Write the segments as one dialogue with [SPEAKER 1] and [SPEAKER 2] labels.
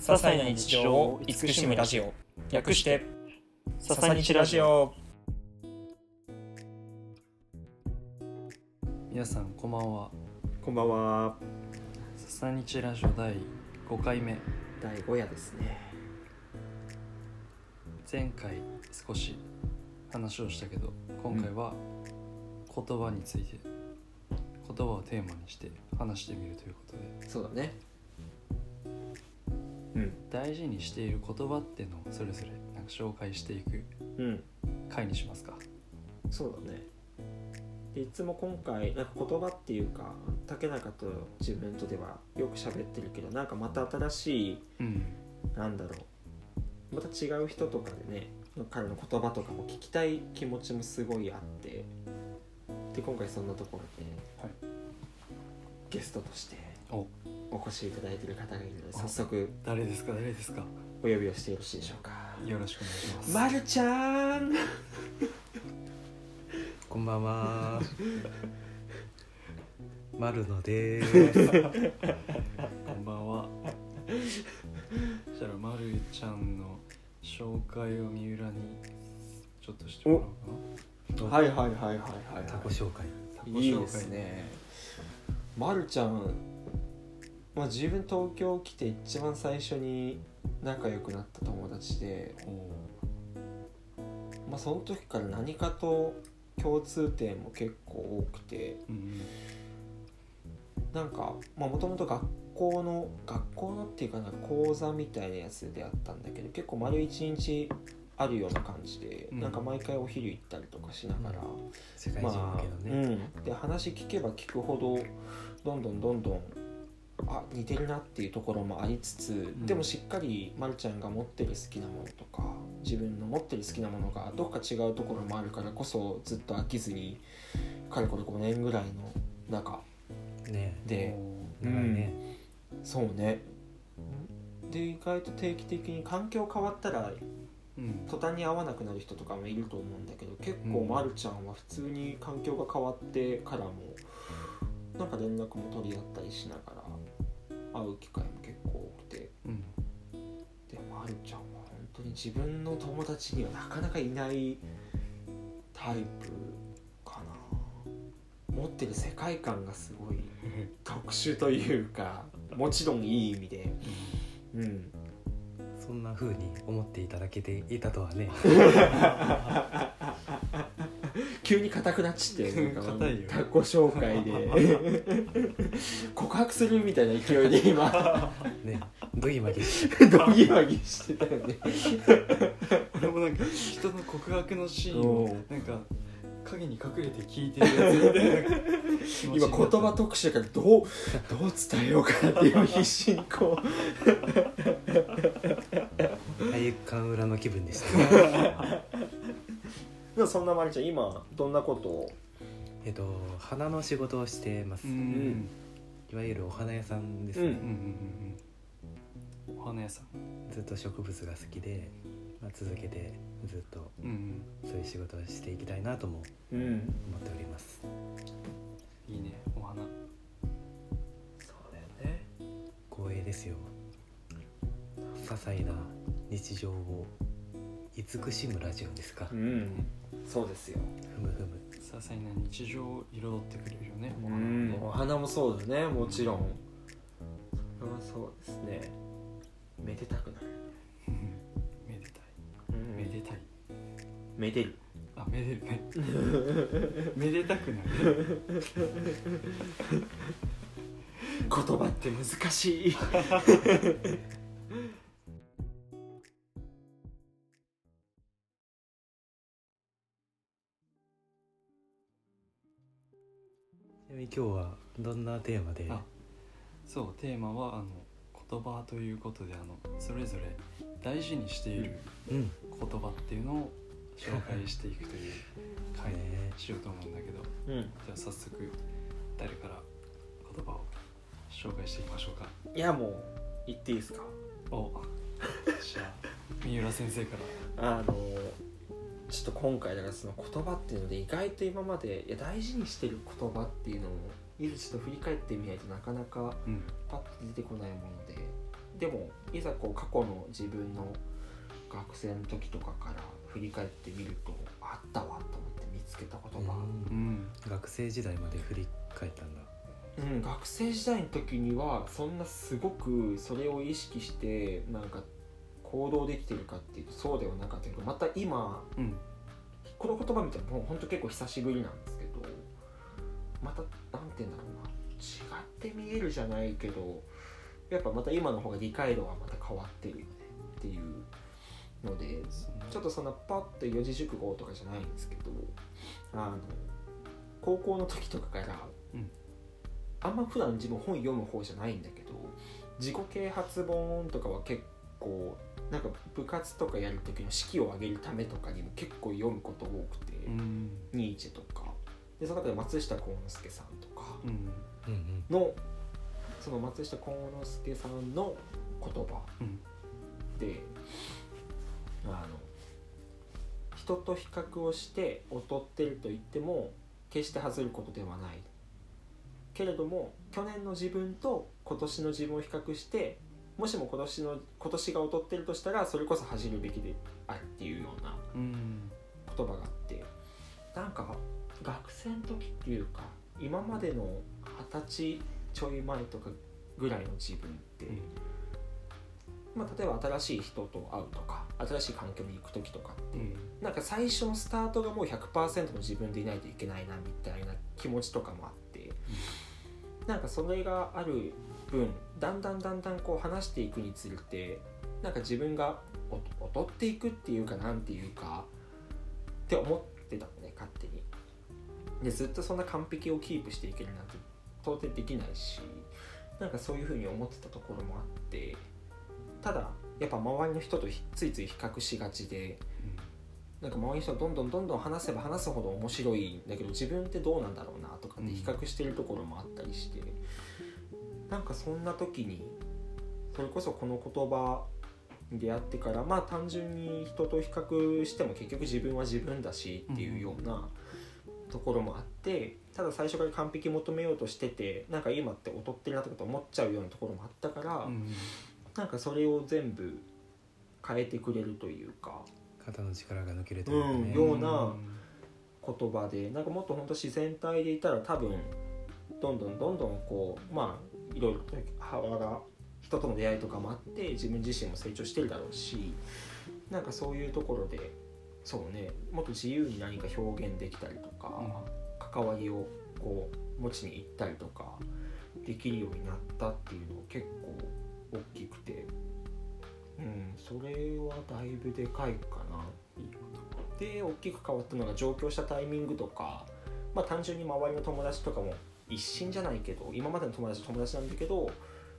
[SPEAKER 1] 些細な日常を慈しむラジオ略して「ささにちラジオ
[SPEAKER 2] 皆さんこんばんは」
[SPEAKER 1] こんばんは
[SPEAKER 2] 笹日ラジオ第5回目
[SPEAKER 3] 第5夜ですね
[SPEAKER 2] 前回少し話をしたけど今回は言葉について、言葉をテーマにして話してみるということで
[SPEAKER 3] そうだね
[SPEAKER 1] うん
[SPEAKER 2] 大事にしている言葉っていうのをそれぞれなんか紹介していく
[SPEAKER 1] うん
[SPEAKER 2] 回にしますか
[SPEAKER 3] そうだねでいつも今回なんか言葉っていうか竹中と自分とではよく喋ってるけどなんかまた新しい
[SPEAKER 2] うん
[SPEAKER 3] なんだろうまた違う人とかでね彼の言葉とかも聞きたい気持ちもすごいあってで今回そんなところで、
[SPEAKER 2] はい
[SPEAKER 3] ゲストとして
[SPEAKER 2] お
[SPEAKER 3] お越しいただいている方がいるので
[SPEAKER 2] お
[SPEAKER 3] 早速
[SPEAKER 2] 誰ですか誰ですか
[SPEAKER 3] お呼びをしてよろしいでしょうか
[SPEAKER 2] よろしくお願いします、
[SPEAKER 3] まるちゃん
[SPEAKER 4] こんばんは。マルノです。
[SPEAKER 2] こんばんはそしたらまるちゃんの紹介を三浦にちょっとしてもらおうかな
[SPEAKER 3] はいはいはいはいはい、
[SPEAKER 4] タコ紹介。
[SPEAKER 3] いいですねまるちゃん、まあ、自分東京来て一番最初に仲良くなった友達で、
[SPEAKER 2] おお
[SPEAKER 3] まあ、その時から何かと共通点も結構多くて
[SPEAKER 2] うんうん
[SPEAKER 3] なんかもともと学校の学校のっていうかな講座みたいなやつであったんだけど結構丸一日あるような感じで、
[SPEAKER 2] うん
[SPEAKER 3] なんか毎回お昼行ったりとかしながら。
[SPEAKER 4] 世界中
[SPEAKER 3] ま
[SPEAKER 4] 向
[SPEAKER 3] あ
[SPEAKER 4] けのね。
[SPEAKER 3] うん、で話聞けば聞くほどどんどんどんどんあ似てるなっていうところもありつつ、
[SPEAKER 2] ん
[SPEAKER 3] でもしっかりまるちゃんが持ってる好きなものとか自分の持ってる好きなものがどっか違うところもあるからこそずっと飽きずにかれこれ5年ぐらいの中
[SPEAKER 4] ね。
[SPEAKER 3] で
[SPEAKER 2] お
[SPEAKER 4] 長いね。
[SPEAKER 3] そうねで意外と定期的に環境変わったら
[SPEAKER 2] ーうん
[SPEAKER 3] 途端に会わなくなる人とかもいると思うんだけど結構
[SPEAKER 2] うん
[SPEAKER 3] まるちゃんは普通に環境が変わってからもなんか連絡も取り合ったりしながら会う機会も結構多くて
[SPEAKER 2] うん
[SPEAKER 3] でまるちゃんは本当に自分の友達にはなかなかいないタイプかな持ってる世界観がすごい特殊というかもちろんいい意味でうん
[SPEAKER 4] そんな風に思っていただけていたと はね。
[SPEAKER 3] 急に硬くなっちってなんか
[SPEAKER 2] 硬いよ
[SPEAKER 3] 他己紹介で 告白するみたいな勢いで 今
[SPEAKER 4] ね。どぎまぎし
[SPEAKER 3] ドギマギしてたよね
[SPEAKER 2] 俺もなんか人の告白のシーン
[SPEAKER 3] お
[SPEAKER 2] を
[SPEAKER 3] う
[SPEAKER 2] なんか影に隠れて聞いてるやつみたいな
[SPEAKER 3] 今言葉特集だからどうどう伝えようかなっていう必死にこう
[SPEAKER 4] た。体育館裏の気分でし たね。
[SPEAKER 3] でもそんなまりちゃん今どんなことを
[SPEAKER 4] えっと花の仕事をしてます
[SPEAKER 2] う。ん
[SPEAKER 4] いわゆるお花屋さんです
[SPEAKER 3] う
[SPEAKER 2] うんうん
[SPEAKER 4] ね。
[SPEAKER 2] うんうんお花屋さん
[SPEAKER 4] ずっと植物が好きで、まあ続けてずっと
[SPEAKER 2] うん
[SPEAKER 4] そういう仕事をしていきたいなとも
[SPEAKER 3] うん
[SPEAKER 4] 思っております。
[SPEAKER 2] うんいいねお花
[SPEAKER 3] そうだよね
[SPEAKER 4] 光栄ですよ些細な日常を慈しむラジオですか、
[SPEAKER 3] うんそうですよ、
[SPEAKER 4] ふむふむ
[SPEAKER 2] 些細な日常を彩ってくれるよねお
[SPEAKER 3] う
[SPEAKER 2] 花はね
[SPEAKER 3] ん、お花もそうだねもちろんそれはそうですねめでたくなる、
[SPEAKER 2] うんめでたいめでたい
[SPEAKER 3] めでる
[SPEAKER 2] あめでるねめでたくなる
[SPEAKER 3] 言葉って難しい
[SPEAKER 4] ちなみに今日はどんなテーマで
[SPEAKER 2] あそうテーマはあの言葉ということであのそれぞれ大事にしている
[SPEAKER 4] うん
[SPEAKER 2] 言葉っていうのを紹介していくという回にしようと思うんだけど、
[SPEAKER 3] うん
[SPEAKER 2] じゃあ早速誰から言葉を紹介していきましょうか
[SPEAKER 3] いやもう言っていいですか
[SPEAKER 2] おじゃあ三浦先生から
[SPEAKER 3] あのちょっと今回だからその言葉っていうので意外と今までいや大事にしてる言葉っていうのをいざちょっと振り返ってみないとなかなか
[SPEAKER 2] うん
[SPEAKER 3] パッと出てこないものででもいざこう過去の自分の学生の時とかから振り返ってみるとあったわと思って見つけた言葉、
[SPEAKER 2] うん
[SPEAKER 4] 学生時代まで振り返ったんだ
[SPEAKER 3] うん、学生時代の時にはそんなすごくそれを意識してなんか行動できてるかっていうとそうではなかったけどまた今
[SPEAKER 2] うん
[SPEAKER 3] この言葉みたいなもうほんと結構久しぶりなんですけどまたなんて言うんだろうな違って見えるじゃないけどやっぱまた今の方が理解度はまた変わってるよねっていうのでちょっとそんなパッと四字熟語とかじゃないんですけどあの高校の時とかから、
[SPEAKER 2] うん
[SPEAKER 3] あんま普段自分本読む方じゃないんだけど自己啓発本とかは結構なんか部活とかやる時の式を上げるためとかにも結構読むこと多くて、
[SPEAKER 2] うん
[SPEAKER 3] ニーチェとかでその中で松下幸之助さんとか
[SPEAKER 2] うん
[SPEAKER 4] うんうん
[SPEAKER 3] のその松下幸之助さんの言葉
[SPEAKER 2] うん
[SPEAKER 3] であの人と比較をして劣ってると言っても決して外れることではないけれども去年の自分と今年の自分を比較してもしも今年の今年が劣ってるとしたらそれこそ恥じるべきであるっていうような
[SPEAKER 2] うん
[SPEAKER 3] 言葉があってなんか学生の時っていうか今までの二十歳ちょい前とかぐらいの自分って、
[SPEAKER 2] うん
[SPEAKER 3] まあ、例えば新しい人と会うとか新しい環境に行く時とかって、なんか最初のスタートがもう100%の自分でいないといけないなみたいな気持ちとかもあって、なんかそれがある分だんだんだんだんこう話していくにつれてなんか自分がお劣っていくっていうかなんていうかって思ってたのね勝手に。でずっとそんな完璧をキープしていけるなんて到底できないしなんかそういうふうに思ってたところもあってただやっぱ周りの人とひついつい比較しがちでなんか周りの人はどんどんどんどん話せば話すほど面白いんだけど自分ってどうなんだろうなとかって比較してるところもあったりして、なんかそんな時にそれこそこの言葉に出会ってからまあ単純に人と比較しても結局自分は自分だしっていうようなところもあってただ最初から完璧求めようとしててなんか今って劣ってるなとかって思っちゃうようなところもあったから、
[SPEAKER 2] うん
[SPEAKER 3] なんかそれを全部変えてくれるというか。
[SPEAKER 4] 肩の力が抜けるというか
[SPEAKER 3] う
[SPEAKER 4] ね、
[SPEAKER 3] んような言葉でなんかもっと本当自然体でいたら多分どんどんどんどんこうまあいろいろと幅が人との出会いとかもあって自分自身も成長してるだろうしなんかそういうところでそうねもっと自由に何か表現できたりとか、関わりをこう持ちに行ったりとかできるようになったっていうのを結構大きくて、うん、それはだいぶでかいかなっていうことで大きく変わったのが上京したタイミングとか、まあ、単純に周りの友達とかも一新じゃないけど今までの友達は友達なんだけど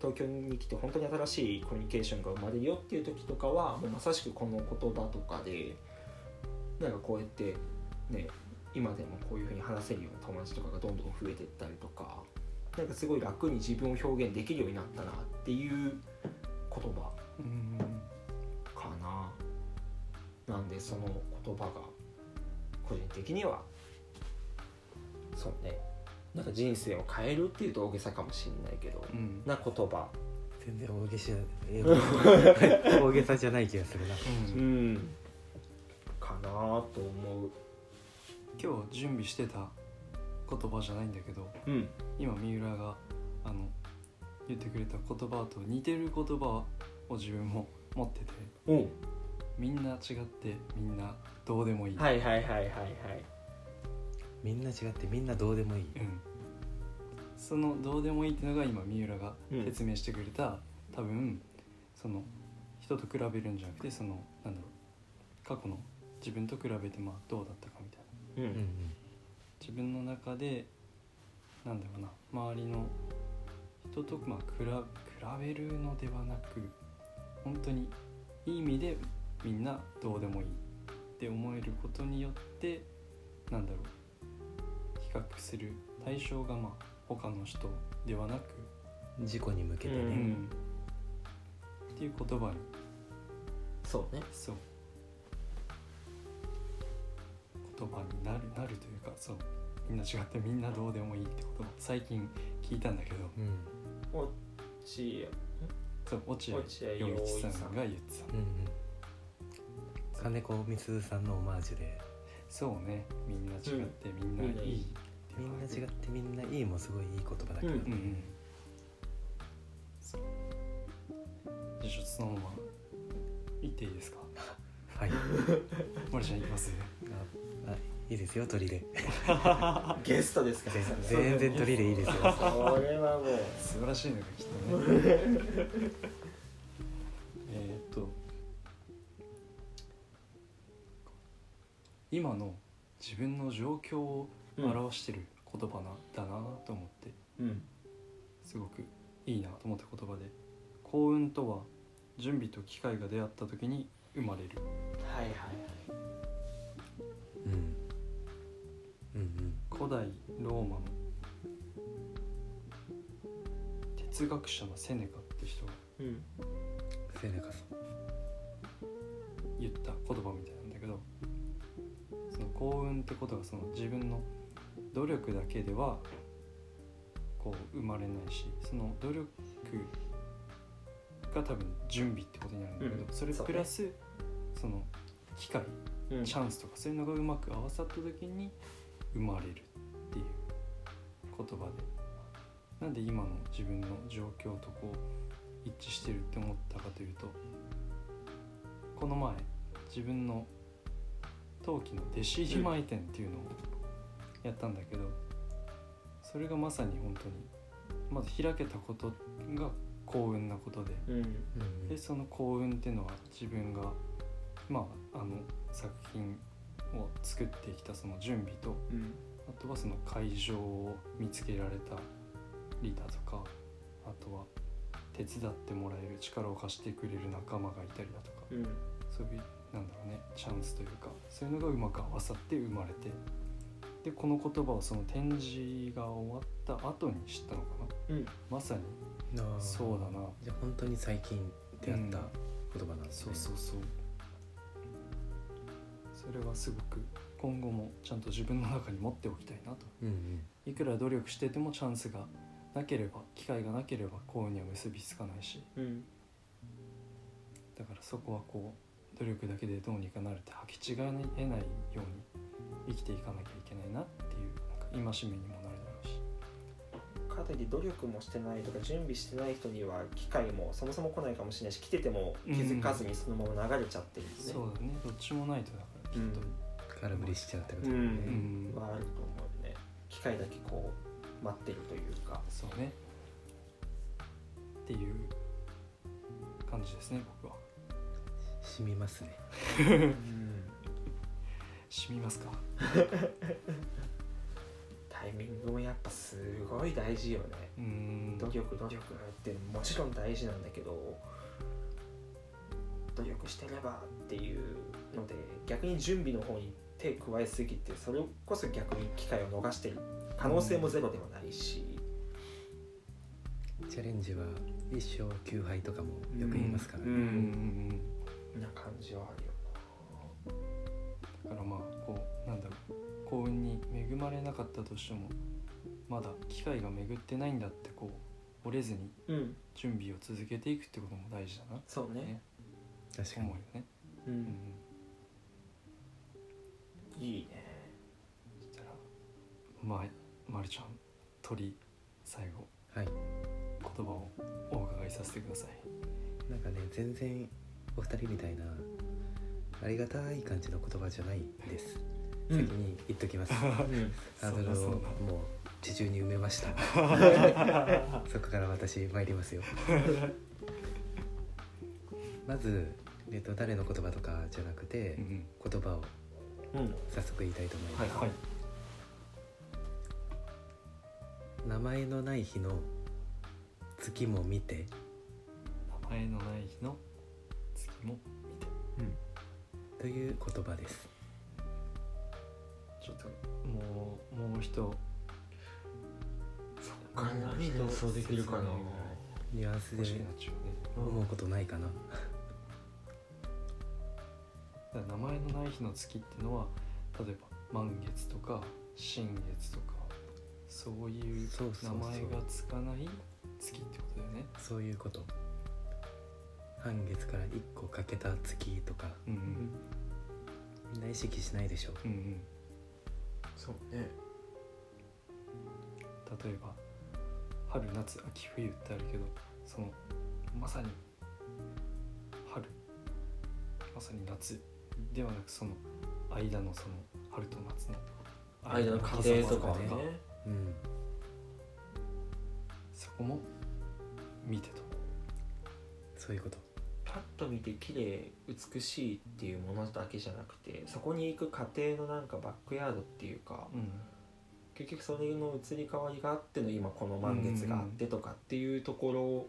[SPEAKER 3] 東京に来て本当に新しいコミュニケーションが生まれるよっていう時とかはもうまさしくこの言葉とかでなんかこうやってね今でもこういうふうに話せるような友達とかがどんどん増えていったりとかなんかすごい楽に自分を表現できるようになったなっていう言葉
[SPEAKER 2] うん
[SPEAKER 3] かななんでその言葉が個人的にはそうねなんか人生を変えるっていうと大げさかもしれないけど
[SPEAKER 2] うん
[SPEAKER 3] な言葉
[SPEAKER 4] 全然大げさ 大げさじゃない気がするな
[SPEAKER 2] うん
[SPEAKER 3] んかなと思う
[SPEAKER 2] 今日準備してた言葉じゃないんだけど
[SPEAKER 3] うん
[SPEAKER 2] 今三浦があの言ってくれた言葉と似てる言葉を自分も持ってて
[SPEAKER 3] おう
[SPEAKER 2] みんな違ってみんなどうでもいい、
[SPEAKER 3] はいはいはいはいはい
[SPEAKER 4] みんな違ってみんなどうでもいい
[SPEAKER 2] うん、その「どうでもいい」ってのが今三浦が
[SPEAKER 3] うん
[SPEAKER 2] 説明してくれた、多分その人と比べるんじゃなくてそのなんだろう過去の自分と比べてまあどうだったかみたいな
[SPEAKER 3] う
[SPEAKER 4] うんうんん
[SPEAKER 2] 自分の中でなんだろうな周りの人とまあ比べ比べるのではなく本当にいい意味でみんなどうでもいいって思えることによってなんだろう比較する対象がまあ他の人ではなく、
[SPEAKER 4] 自己に向けて
[SPEAKER 3] う
[SPEAKER 2] う
[SPEAKER 4] ね、
[SPEAKER 2] ん、っていう言葉に
[SPEAKER 3] そうね
[SPEAKER 2] そう言葉になるなるというかそうみんな違ってみんなどうでもいいってこと最近聞いたんだけど
[SPEAKER 4] うん
[SPEAKER 3] おち
[SPEAKER 2] そう落合
[SPEAKER 3] 落合
[SPEAKER 2] 陽
[SPEAKER 3] 陽
[SPEAKER 2] 一
[SPEAKER 3] 一
[SPEAKER 2] さ
[SPEAKER 3] さん
[SPEAKER 2] んが言ってた
[SPEAKER 4] うんうん金子みすゞさんのオマージュで
[SPEAKER 2] そうねみんな違って、みんないいって
[SPEAKER 4] みんな違
[SPEAKER 2] う
[SPEAKER 4] ってみんないいもすごいいい言葉だけど、
[SPEAKER 3] うん
[SPEAKER 2] うんうんそうじゃあちょっとそのまま行っていいですか
[SPEAKER 4] はい
[SPEAKER 2] 森ちゃん行きます
[SPEAKER 4] ああいいですよ 鳥で
[SPEAKER 3] ゲストですから
[SPEAKER 4] 全全然鳥でいいですよ
[SPEAKER 3] これはもう
[SPEAKER 2] 素晴らしいのがきっとねえーっと今の自分の状況を表してる言葉な、だなと思って
[SPEAKER 3] うん
[SPEAKER 2] すごくいいなと思った言葉で幸運とは準備と機会が出会った時に生まれる
[SPEAKER 3] はいはい
[SPEAKER 4] うんうんうん
[SPEAKER 2] 古代ローマの哲学者のセネカって人が
[SPEAKER 3] うん
[SPEAKER 4] セネカさん
[SPEAKER 2] 言った言葉みたいなんだけどその幸運ってことがその自分の努力だけではこう生まれないしその努力が多分準備ってことになるんだけど、
[SPEAKER 3] うん
[SPEAKER 2] それ
[SPEAKER 3] そう
[SPEAKER 2] プ
[SPEAKER 3] ね
[SPEAKER 2] ラスそ,、の機会
[SPEAKER 3] うん
[SPEAKER 2] チャンスとかそういうのがうまく合わさった時に生まれるっていう言葉でなんで今の自分の状況とこう一致してるって思ったかというとこの前自分の陶器の弟子入り前展っていうのをやったんだけどそれがまさに本当にまず開けたことが幸運なことで
[SPEAKER 3] うん
[SPEAKER 4] うんうん
[SPEAKER 2] でその幸運っていうのは自分がまああの作品を作ってきたその準備と
[SPEAKER 3] うん
[SPEAKER 2] あとはその会場を見つけられたリーダーとかあとは手伝ってもらえる力を貸してくれる仲間がいたりだとか
[SPEAKER 3] うん
[SPEAKER 2] そういうなんだろうねチャンスというかそういうのがうまく合わさって生まれてでこの言葉をその展示が終わった後に知ったのかな、
[SPEAKER 3] うん
[SPEAKER 2] まさに
[SPEAKER 4] ああ
[SPEAKER 2] そうだな
[SPEAKER 4] じゃあ本当に最近出会った
[SPEAKER 2] うん
[SPEAKER 4] 言葉なんです
[SPEAKER 2] そ
[SPEAKER 4] ね、
[SPEAKER 2] うそうそうそれはすごく今後もちゃんと自分の中に持っておきたいなと
[SPEAKER 4] うんうん
[SPEAKER 2] いくら努力しててもチャンスがなければ機会がなければ幸運には結びつかないし
[SPEAKER 3] うん
[SPEAKER 2] だからそこはこう努力だけでどうにかなるって履き違えないように生きていかなきゃいけないなっていうなんか戒めにもなるだろうし
[SPEAKER 3] かといって努力もしてないとか準備してない人には機会もそもそも来ないかもしれないし来てても気づかずにそのまま流れちゃってるんですね
[SPEAKER 2] そうだねどっちもないとだからきっと、
[SPEAKER 4] 空振りしちゃうってことだよね、
[SPEAKER 2] うん
[SPEAKER 3] はあると思うね機会だけこう待ってるというか
[SPEAKER 2] そうねっていう感じですね僕は
[SPEAKER 4] 染みますね
[SPEAKER 2] 染みますか
[SPEAKER 3] タイミングもやっぱすごい大事よね
[SPEAKER 2] うーん
[SPEAKER 3] 努力努力ってもちろん大事なんだけど努力してればっていうので逆に準備の方に手加えすぎてそれこそ逆に機会を逃してる可能性もゼロではないし、
[SPEAKER 4] チャレンジは一勝9敗とかもよく言いますからね、
[SPEAKER 2] うんうん
[SPEAKER 3] な感じはあるよ
[SPEAKER 2] うんだからまあこうなんだろう幸運に恵まれなかったとしてもまだ機会が巡ってないんだってこう折れずに
[SPEAKER 3] なうん
[SPEAKER 2] 準備を続けていくってことも大事だな
[SPEAKER 3] そうね
[SPEAKER 2] ね
[SPEAKER 4] 確か
[SPEAKER 2] 思う
[SPEAKER 4] に
[SPEAKER 2] よね、
[SPEAKER 3] う
[SPEAKER 2] うんうんん、
[SPEAKER 3] いいね
[SPEAKER 2] そしたらままるちゃん鳥最後
[SPEAKER 4] はい
[SPEAKER 2] 言葉をお伺いさせてください
[SPEAKER 4] なんかね全然お二人みたいなありがたい感じの言葉じゃないです、
[SPEAKER 3] うん
[SPEAKER 4] 先に言っとき ますハードル
[SPEAKER 2] そ
[SPEAKER 4] を
[SPEAKER 2] う
[SPEAKER 4] も
[SPEAKER 2] だ
[SPEAKER 4] う地中に埋めま したそこから私参りますよまず、えっと、誰の言葉とかじゃなくて、
[SPEAKER 2] うんうん
[SPEAKER 4] 言葉を
[SPEAKER 3] うん
[SPEAKER 4] 早速言いたいと思います、
[SPEAKER 2] はいはい
[SPEAKER 4] 名前のない日の月も見て
[SPEAKER 2] 名前のない日の月も見て
[SPEAKER 4] という言葉です
[SPEAKER 2] ちょっともうもう人
[SPEAKER 3] 他何予想できるかな
[SPEAKER 4] ニュアンスで
[SPEAKER 2] 欲しくなっちゃうね
[SPEAKER 4] 思うことないかな
[SPEAKER 2] だから名前のない日の月ってのは例えば満月とか新月とかそういう
[SPEAKER 4] そうそう
[SPEAKER 2] 名
[SPEAKER 4] そう
[SPEAKER 2] 前がつかない月ってことだよね
[SPEAKER 4] そういうこと半月から1個欠けた月とか
[SPEAKER 2] うんう
[SPEAKER 3] うん
[SPEAKER 2] ん
[SPEAKER 4] みんな意識しないでしょ
[SPEAKER 2] うんうん
[SPEAKER 3] そうね
[SPEAKER 2] 例えば春夏秋冬ってあるけどそのまさに春まさに夏ではなくその間のその春と夏の
[SPEAKER 3] 間の過程とかはね
[SPEAKER 2] 過程
[SPEAKER 4] うん
[SPEAKER 2] そこも見てと
[SPEAKER 4] そういうこと
[SPEAKER 3] パッと見て綺麗美しいっていうものだけじゃなくてそこに行く過程のなんかバックヤードっていうか
[SPEAKER 2] うん
[SPEAKER 3] 結局それの移り変わりがあっての今この満月があってとかっていうところ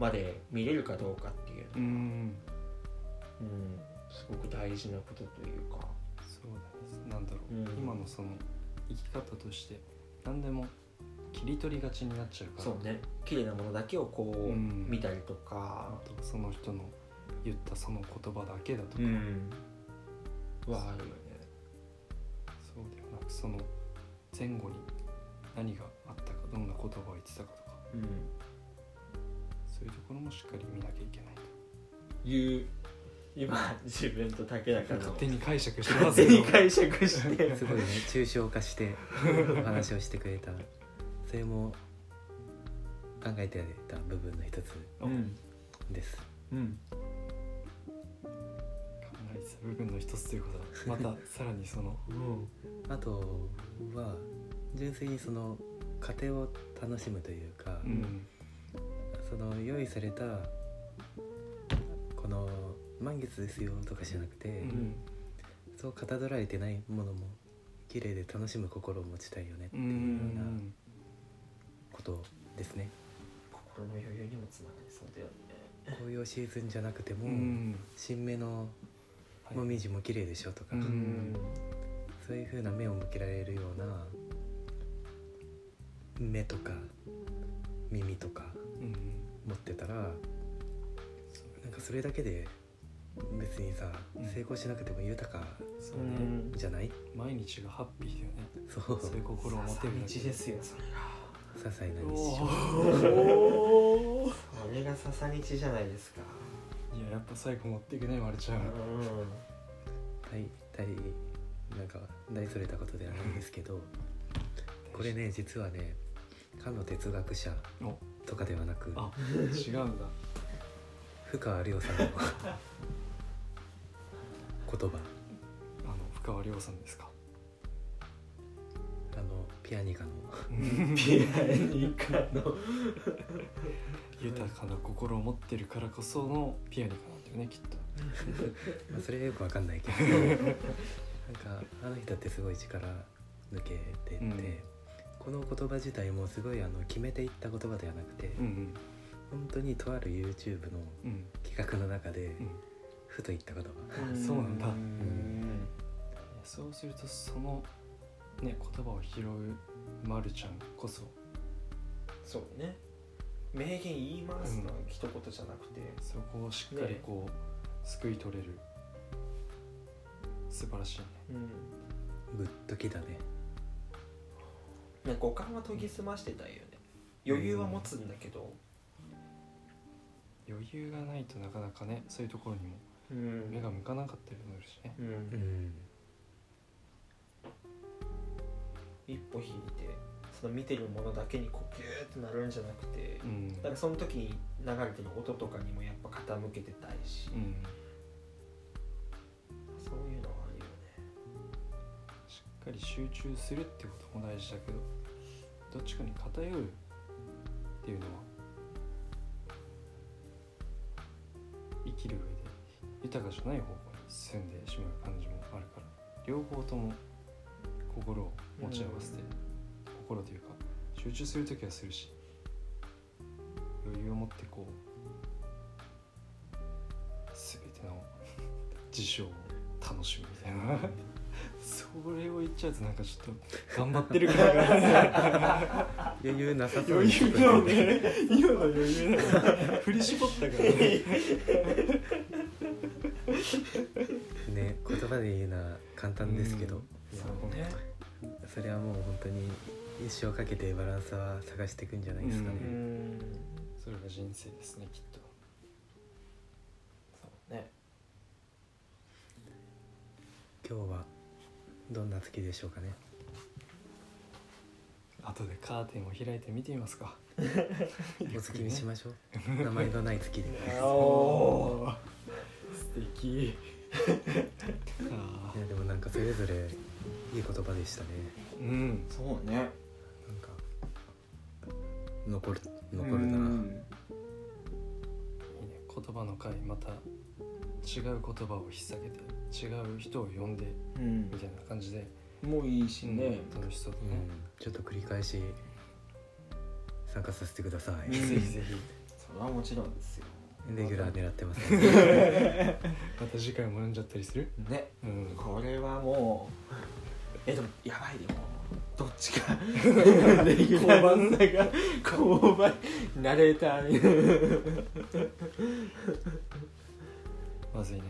[SPEAKER 3] まで見れるかどうかっていうの
[SPEAKER 2] うん
[SPEAKER 3] うん、すごく大事なことというか
[SPEAKER 2] そうだねなんだろう、
[SPEAKER 3] うん
[SPEAKER 2] 今のその生き方として何でも切り取りがちになっちゃうから
[SPEAKER 3] そうね綺麗なものだけをこう
[SPEAKER 2] うん
[SPEAKER 3] 見たりと
[SPEAKER 2] あ
[SPEAKER 3] か、
[SPEAKER 2] とその人の言ったその言葉だけだとか、
[SPEAKER 3] ん、はあるよね
[SPEAKER 2] そうではなくその前後に何があったかどんな言葉を言ってたかとか
[SPEAKER 3] うん
[SPEAKER 2] そういうところもしっかり見なきゃいけない
[SPEAKER 3] いう今自分と竹中の
[SPEAKER 2] 勝手に解釈してま
[SPEAKER 3] 勝
[SPEAKER 2] す
[SPEAKER 3] 手
[SPEAKER 2] けど
[SPEAKER 3] に解釈して
[SPEAKER 4] すごい ね抽象化してお話をしてくれたそれも考えてた部分の一つ
[SPEAKER 3] うん
[SPEAKER 4] です
[SPEAKER 3] うん
[SPEAKER 2] 考えてた部分の一つということだまたさらにその
[SPEAKER 3] うん
[SPEAKER 4] あとは純粋にその過程を楽しむというか、
[SPEAKER 2] うん
[SPEAKER 4] その用意されたこの満月ですよとかじゃなくて、
[SPEAKER 2] うん
[SPEAKER 4] そうかたどられてないものも綺麗で楽しむ心を持ちたいよねって
[SPEAKER 2] う
[SPEAKER 4] いうようなんことですね。
[SPEAKER 3] 心の余裕にもつながりそうだよね
[SPEAKER 4] 紅葉シーズンじゃなくて
[SPEAKER 2] う
[SPEAKER 4] も、
[SPEAKER 2] ん
[SPEAKER 4] 新芽の
[SPEAKER 2] はい
[SPEAKER 4] もみじも綺麗でしょとか、
[SPEAKER 2] うん
[SPEAKER 4] そういう風な目を向けられるような目とか耳とか
[SPEAKER 2] うん
[SPEAKER 4] 持ってたらなんかそれだけで別にさ
[SPEAKER 2] うん
[SPEAKER 4] 成功しなくても豊か
[SPEAKER 2] そううね
[SPEAKER 3] ん
[SPEAKER 4] じゃない、
[SPEAKER 2] 毎日がハッピーだよね
[SPEAKER 4] そう
[SPEAKER 2] そういう心を持てるだ
[SPEAKER 3] 笹
[SPEAKER 2] け
[SPEAKER 3] 道ですよそれが
[SPEAKER 4] 些細な
[SPEAKER 2] お
[SPEAKER 4] 日常
[SPEAKER 2] おー
[SPEAKER 3] それが笹道じゃないですか
[SPEAKER 2] いややっぱ最後持っていけないまるちゃん
[SPEAKER 3] うん
[SPEAKER 4] 大大なんか大それたことではないんですけ どこれね実はねかの哲学者
[SPEAKER 2] お
[SPEAKER 4] とかではなく
[SPEAKER 2] あ違うんだ
[SPEAKER 4] 深川 亮さんの言葉
[SPEAKER 2] あの深川亮さんですか
[SPEAKER 4] あのピアニカの
[SPEAKER 3] ピアニカの
[SPEAKER 2] 豊かな心を持ってるからこそのピアニカなんだよねきっと
[SPEAKER 4] まあそれはよくわかんないけど なんかあの人ってすごい力抜けて
[SPEAKER 2] う
[SPEAKER 4] て、
[SPEAKER 2] ん
[SPEAKER 4] この言葉自体もすごいあの決めていった言葉ではなくて、
[SPEAKER 2] ん
[SPEAKER 4] 本当にとある YouTube の
[SPEAKER 2] うん
[SPEAKER 4] 企画の中で
[SPEAKER 2] うん
[SPEAKER 4] ふと言った言葉、
[SPEAKER 2] そうなんだ
[SPEAKER 3] ん
[SPEAKER 2] そうするとそのね言葉を拾うまるちゃんこそ
[SPEAKER 3] そうね名言言いますの一言じゃなくて、
[SPEAKER 2] そこをしっかりこう、救い取れる素晴らしいね
[SPEAKER 4] グッときたね
[SPEAKER 3] ね五感は研ぎ澄ましてたいよね余裕は持つんだけど、
[SPEAKER 2] 余裕がないとなかなかねそういうところにも
[SPEAKER 3] うん
[SPEAKER 2] 目が向かなかったりもするしね
[SPEAKER 3] うん
[SPEAKER 4] うん
[SPEAKER 3] 一歩引いてその見てるものだけにこうギューってなるんじゃなくて、
[SPEAKER 2] うん
[SPEAKER 3] だからその時に流れてる音とかにもやっぱ傾けてたいし、
[SPEAKER 2] うん
[SPEAKER 3] そういうのはあるよね
[SPEAKER 2] しっかり集中するってことも大事だけどどっちかに偏るっていうのは生きる上で豊かじゃない方向に進んでしまう感じもあるから両方とも心を持ち合わせて、心というか集中する時はするし余裕を持ってこう全ての事象を楽しむみたいなそれを言っちゃうとなんかちょっと頑張ってる感が
[SPEAKER 4] 余裕なさそ う
[SPEAKER 2] 余
[SPEAKER 4] に
[SPEAKER 2] 裕だよね今の余裕だよね振り絞ったからね
[SPEAKER 4] ね言葉で言うのは簡単ですけど、
[SPEAKER 2] そう
[SPEAKER 3] ね
[SPEAKER 4] それはもう本当に一生かけてバランスは探していくんじゃないですかね、
[SPEAKER 3] うん
[SPEAKER 2] それが人生ですねきっと
[SPEAKER 3] ね
[SPEAKER 4] 今日はどんな月でしょうかね
[SPEAKER 2] 後でカーテンを開いて見てみますか
[SPEAKER 4] お月にしましょう名前のない 月で
[SPEAKER 1] おお
[SPEAKER 2] お素敵あ
[SPEAKER 4] いやでもなんかそれぞれいい言葉でしたね
[SPEAKER 2] ーうん
[SPEAKER 3] そうね
[SPEAKER 4] なんか残る残るな
[SPEAKER 2] ね言葉の会また違う言葉を引っ提げて違う人を呼んで
[SPEAKER 3] うん
[SPEAKER 2] みたいな感じで、
[SPEAKER 3] もういいし
[SPEAKER 2] うん
[SPEAKER 3] ね
[SPEAKER 2] 楽しそうだ
[SPEAKER 4] う
[SPEAKER 2] ね、
[SPEAKER 4] んちょっと繰り返し参加させてください
[SPEAKER 2] ぜひぜひ
[SPEAKER 3] それはもちろんですよ
[SPEAKER 4] レギュラー狙ってますね、
[SPEAKER 2] また次回も読んじゃったりする
[SPEAKER 3] ね
[SPEAKER 2] うん
[SPEAKER 3] これはもうえでもやばいでもどっちかレギュラーの中勾配ナレーターみたいな
[SPEAKER 2] まずいね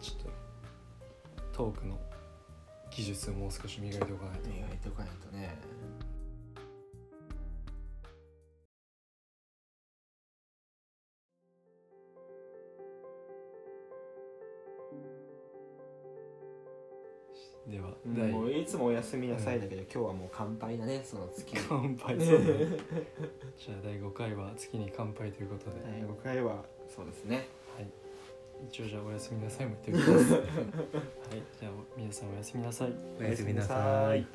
[SPEAKER 2] ちょっとトークの技術をもう少し磨いておかないと
[SPEAKER 3] 意外とかないとね
[SPEAKER 2] では第
[SPEAKER 3] もういつもおやすみなさいだけど、今日はもう乾杯だねその月
[SPEAKER 2] 乾杯そうだねじゃあ第5回は月に乾杯ということで、
[SPEAKER 3] 第5回はそうですね
[SPEAKER 2] 一応じゃあおや すみなさいも言っておきますはいじゃあ皆さんおやすみなさい
[SPEAKER 4] おやすみなさい
[SPEAKER 1] い